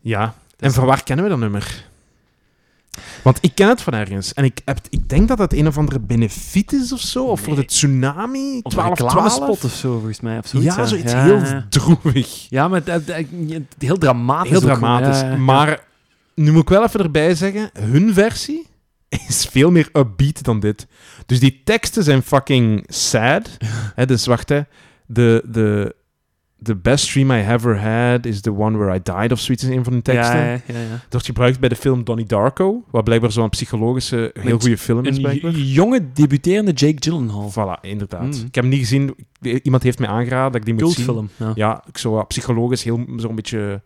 Ja. En van waar kennen we dat nummer? Want ik ken het van ergens. En ik, heb, ik denk dat het een of andere benefiet is of zo. Of voor de Nee. tsunami. Of 12, een 12. reclamespot of zo, volgens mij. Of zoiets, Ja, zoiets Ja, heel ja. droevig. Ja, maar het- het- het- heel dramatisch. Heel ook. dramatisch. Ja, ja, ja. Maar nu moet ik wel even erbij zeggen, hun versie is veel meer upbeat dan dit. Dus die teksten zijn fucking sad. hè, dus wacht, hè. De, de, the best dream I ever had is the one where I died of zoiets is een van de teksten. Ja, ja, ja, ja. Dat wordt gebruikt bij de film Donnie Darko, wat blijkbaar zo'n psychologische, heel Met goede film is, Een blijkbaar. Oh, j- jonge debuterende Jake Gyllenhaal. Voilà, inderdaad. Mm. Ik heb hem niet gezien. Ik- Iemand heeft mij aangeraden dat ik die moet zien. Cultfilm. Ja. Ja, ik zo wat psychologisch, heel zo'n beetje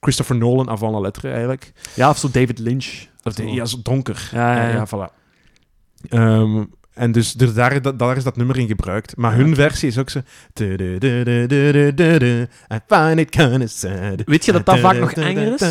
Christopher Nolan avant la lettre eigenlijk. ja, of zo David Lynch. Of de, Zo. ja, zo donker. Oh. Ja, Ja, ja, ja. voilà. Ehm, en dus de- daar, da- daar is dat nummer in gebruikt. Maar hun versie is ook zo... I find it kinda sad. Weet je dat dat vaak nog enger is?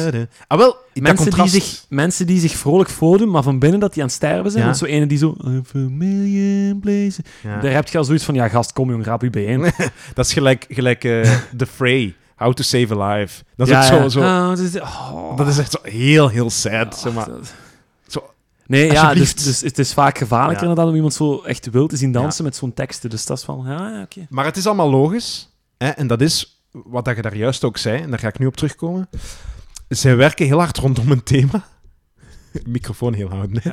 Ah, wel, dat Mensen die, contrast. zich, mensen die zich vrolijk voordoen, maar van binnen dat die aan het sterven zijn. Ja. Want zo ene die zo... "I'm a million places." Ja. Daar heb je al zoiets van, ja gast, kom jong, raap u bijeen. Dat is gelijk, gelijk eh, The Fray. How to Save a Life. Dat is ja, ook zo... ja. zo Ah, dat is- oh. Dat is echt zo heel, heel sad, Ah, zeg maar. dat- Zo, Nee, ja, dus, alsjeblieft. dus het is vaak gevaarlijker Ja. inderdaad om iemand zo echt wild te zien dansen met zo'n teksten. Dus dat is van, ja, ja, oké. Maar het is allemaal logisch. Hè? En dat is wat dat je daar juist ook zei, en daar ga ik nu op terugkomen. Zij werken heel hard rondom een thema. Microfoon heel houden. hè.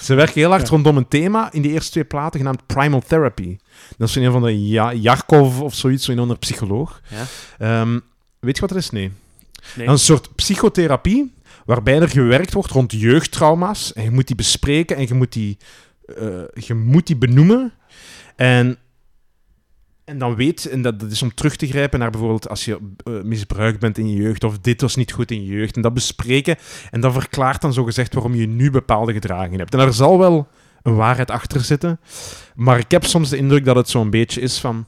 Ze werken heel hard Ja. rondom een thema in die eerste twee platen, genaamd Primal Therapy. Dat is een van de ja Jarkov of zoiets, zo'n ander psycholoog. Ja. Ehm, weet je wat dat is? Nee. Nee. Dat is Een soort psychotherapie waarbij er gewerkt wordt rond jeugdtrauma's. En je moet die bespreken en je moet die, eh, je moet die benoemen. En, en dan weet, en dat, dat is om terug te grijpen naar bijvoorbeeld als je eh, misbruikt bent in je jeugd of dit was niet goed in je jeugd. En dat bespreken en dat verklaart dan zogezegd waarom je nu bepaalde gedragingen hebt. En daar zal wel een waarheid achter zitten. Maar ik heb soms de indruk dat het zo'n beetje is van...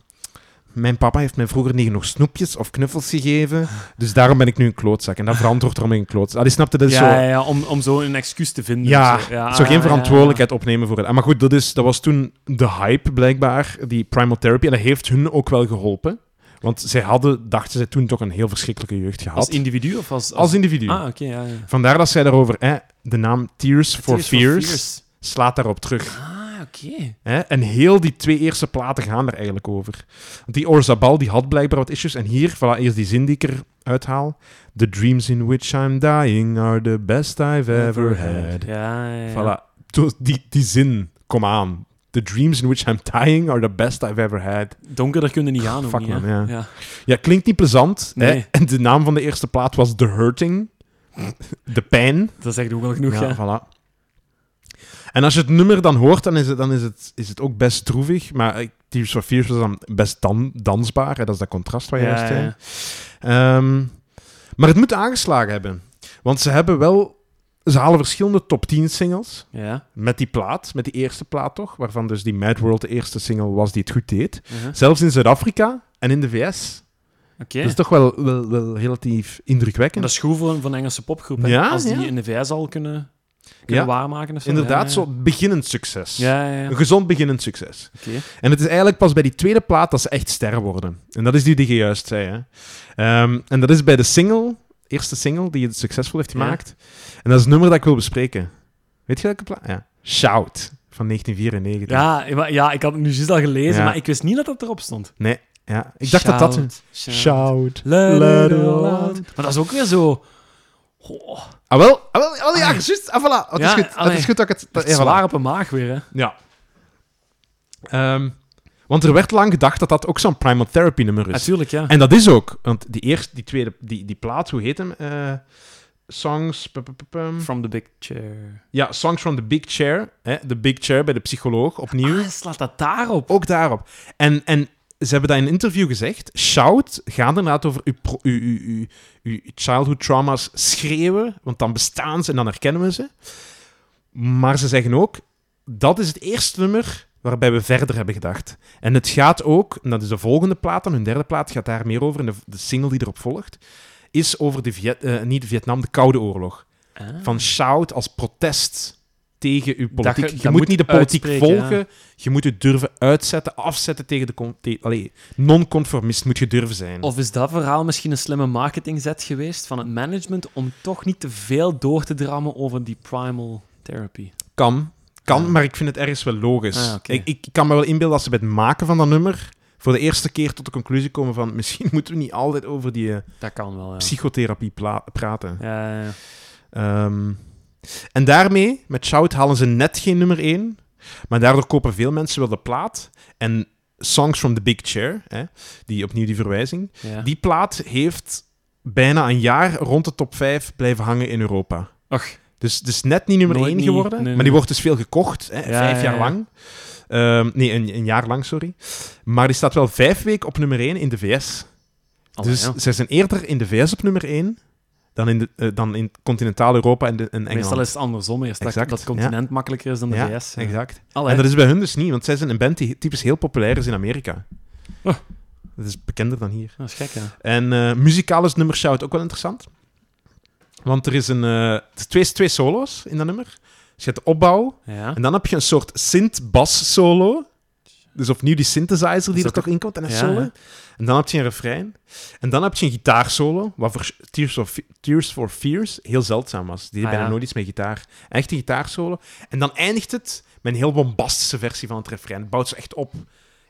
Mijn papa heeft mij vroeger niet genoeg snoepjes of knuffels gegeven, dus daarom ben ik nu een klootzak. En dat verantwoordt erom in een klootzak. Ah, die snapte, dat is zo... ja, ja, ja, om, om zo een excuus te vinden. Ja, of zo. ja ah, zo ja, ja, geen verantwoordelijkheid opnemen voor het. Ah, Maar goed, dat, is, dat was toen de hype blijkbaar, die Primal Therapy. En dat heeft hun ook wel geholpen. Want zij hadden, dachten zij toen, toch een heel verschrikkelijke jeugd ja. gehad. Als individu of als... Als individu. Ah, oké, ja, ja. Vandaar dat zij daarover, hè, de naam Tears for Tears Fears, slaat daarop terug. Ah, oké. Hè? En heel die twee eerste platen gaan er eigenlijk over. Want die Orzabal die had blijkbaar wat issues. En hier, voilà, eerst die zin die ik eruit haal. The dreams in which I'm dying are the best I've ever had. Ja, ja, ja. Voilà. Toen- Die, die zin, kom aan. The dreams in which I'm dying are the best I've ever had. Donkerder kunnen niet gaan, ook Fuck niet, man, hè. ja. ja. Ja, klinkt niet plezant. Hè? Nee. En de naam van de eerste plaat was The Hurting. De pijn. Dat zegt ook wel genoeg, Ja, ja. voilà. En als je het nummer dan hoort, dan is het, dan is het, is het ook best droevig. Maar eh, Tears for Fears was dan best dan, dansbaar. Hè? Dat is dat contrast waar je juist ja, zei. ja. Ehm, maar het moet aangeslagen hebben. Want ze hebben wel... Ze halen verschillende top 10 singles. Ja. Met die plaat, met die eerste plaat toch, waarvan dus die Mad World de eerste single was die het goed deed. Uh-huh. Zelfs in Zuid-Afrika en in de VS. Oké. Dat is toch wel, wel, wel relatief indrukwekkend. Dat is goed voor een, voor een Engelse popgroep, hè. Ja, Als die ja. in de VS al kunnen, kunnen ja, waarmaken of zo. inderdaad, ja, zo ja. beginnend succes. Ja, ja, ja. Een gezond beginnend succes. Oké. En het is eigenlijk pas bij die tweede plaat dat ze echt sterren worden. En dat is die die je juist zei. Hè. Ehm, en dat is bij de single, eerste single die het succesvol heeft Ja. gemaakt. En dat is het nummer dat ik wil bespreken. Weet je welke plaat? Ja. Shout van 1994. Ja, ik- maar- ja, ik had het nu juist al gelezen, Ja. maar ik wist niet dat dat erop stond. Ja, Ik dacht dat dat... Shout. Let Let it it all all out. Maar dat is ook weer zo... Oh, Ah, wel? Ah, wel? Ah, ja, Allee. juist. Ah, voilà. Het Ja, is goed. Het allee. is goed dat ik het... dat- echt zwaar ja, voilà. op een maag weer, hè. Ja. Ehm, want er werd lang gedacht dat dat ook zo'n Primal Therapy nummer is. Natuurlijk, ja. Dus- En dat is ook. Want die eerste, die tweede, die, die plaat, hoe heet hem? Eh, songs... pu- pu- pu- pum. From the big chair. Ja, Songs from the Big Chair. Hè? De Big Chair bij de psycholoog, opnieuw. Ah, slaat dat daarop? Ook daarop. En, en ze hebben dat in een interview gezegd. Shout gaat inderdaad over uw, pro- uw, uw, uw, uw childhood trauma's schreeuwen, want dan bestaan ze en dan herkennen we ze. Maar ze zeggen ook, dat is het eerste nummer waarbij we verder hebben gedacht. En het gaat ook, en dat is de volgende plaat, dan hun derde plaat gaat daar meer over, en de, de single die erop volgt, is over de Viet, eh, niet Vietnam, de Koude Oorlog. Ah. Van Shout als protest tegen uw politiek. je- je dat moet moet niet de politiek uitspreken, volgen. Je moet het durven uitzetten, afzetten tegen de... con- te- allee, non-conformist moet je durven zijn. Of is dat verhaal misschien een slimme marketingzet geweest van het management om toch niet te veel door te drammen over die primal therapy? Kan. Kan, Ja. maar ik vind het ergens wel logisch. Ah, oké. ik, ik kan me wel inbeelden dat ze bij het maken van dat nummer voor de eerste keer tot de conclusie komen van misschien moeten we niet altijd over die eh, Dat kan wel, ja. psychotherapie pla- praten. Ja, ja, ja. Ehm, en daarmee, met Shout, halen ze net geen nummer 1. Maar daardoor kopen veel mensen wel de plaat. En Songs from the Big Chair, hè, die opnieuw die verwijzing. ja. Die plaat heeft bijna een jaar rond de top 5 blijven hangen in Europa. Och, Dus het is net niet nummer Nooit 1 niet, geworden. nee, nee. Maar die wordt dus veel gekocht. Hè, vijf ja, jaar ja. lang. Ehm, nee, een, een jaar lang, sorry. Maar die staat wel vijf weken op nummer 1 in de VS. allee, dus ja. zij zijn eerder in de VS op nummer 1 dan in, de, eh, dan in continentaal Europa en, de, en Engeland. Meestal is het andersom eerst, dat, Exact, dat het continent makkelijker is dan de Ja, VS. ja. Exact. Allee, En dat is bij hun dus niet, want zij zijn een band die typisch heel populair is in Amerika. Oh. Dat is bekender dan hier. dat is gek, ja. En eh muzikaal is het nummer Shout ook wel interessant. Want er is een, eh, twee, twee solo's in dat nummer. Dus je hebt de opbouw, ja. en dan heb je een soort synth-bas-solo. Dus opnieuw die synthesizer die Is er dat toch in komt en een Ja, solo. ja. En dan heb je een refrein. En dan heb je een gitaarsolo, wat voor Tears, of, Tears for Fears heel zeldzaam was. Die Ah, deed bijna ja. nooit iets met gitaar. Een echte gitaarsolo. En dan eindigt het met een heel bombastische versie van het refrein. Het bouwt ze echt op.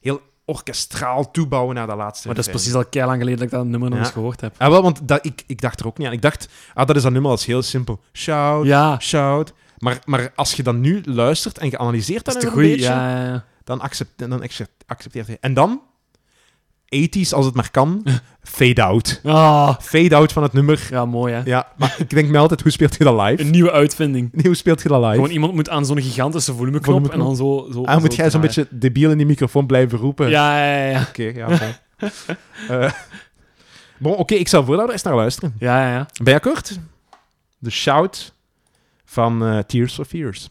Heel orkestraal toebouwen naar dat laatste Maar dat is refrein. precies al kei lang geleden dat ik dat nummer nog Ja. eens gehoord heb. Ah, wel, want dat, ik, ik dacht er ook niet aan. Ik dacht, ah, dat is dat nummer als heel simpel. Shout, Ja, shout. Maar, maar als je dan nu luistert en geanalyseerd dat dat is de nummer een goeie. beetje Ja, ja, ja. dan, accept, dan accept- accepteert hij. En dan, 80s als het maar kan, fade-out. Ah, Fade-out van het nummer. ja, mooi, hè. Ja, maar ik denk me altijd, hoe speelt je dat live? Een nieuwe uitvinding. Nee, hoe speelt je dat live? Gewoon iemand moet aan zo'n gigantische volumeknop, Volumeknop. en dan zo... zo ah, moet zo jij zo'n draaien. beetje debiel in die microfoon blijven roepen? Ja, ja, ja, ja. Oké, ja, fijn. Eh, bon, oké, ik zal voordat we eens naar luisteren. Ja, ja, ja. Ben je akkoord? De shout van eh, Tears for Fears.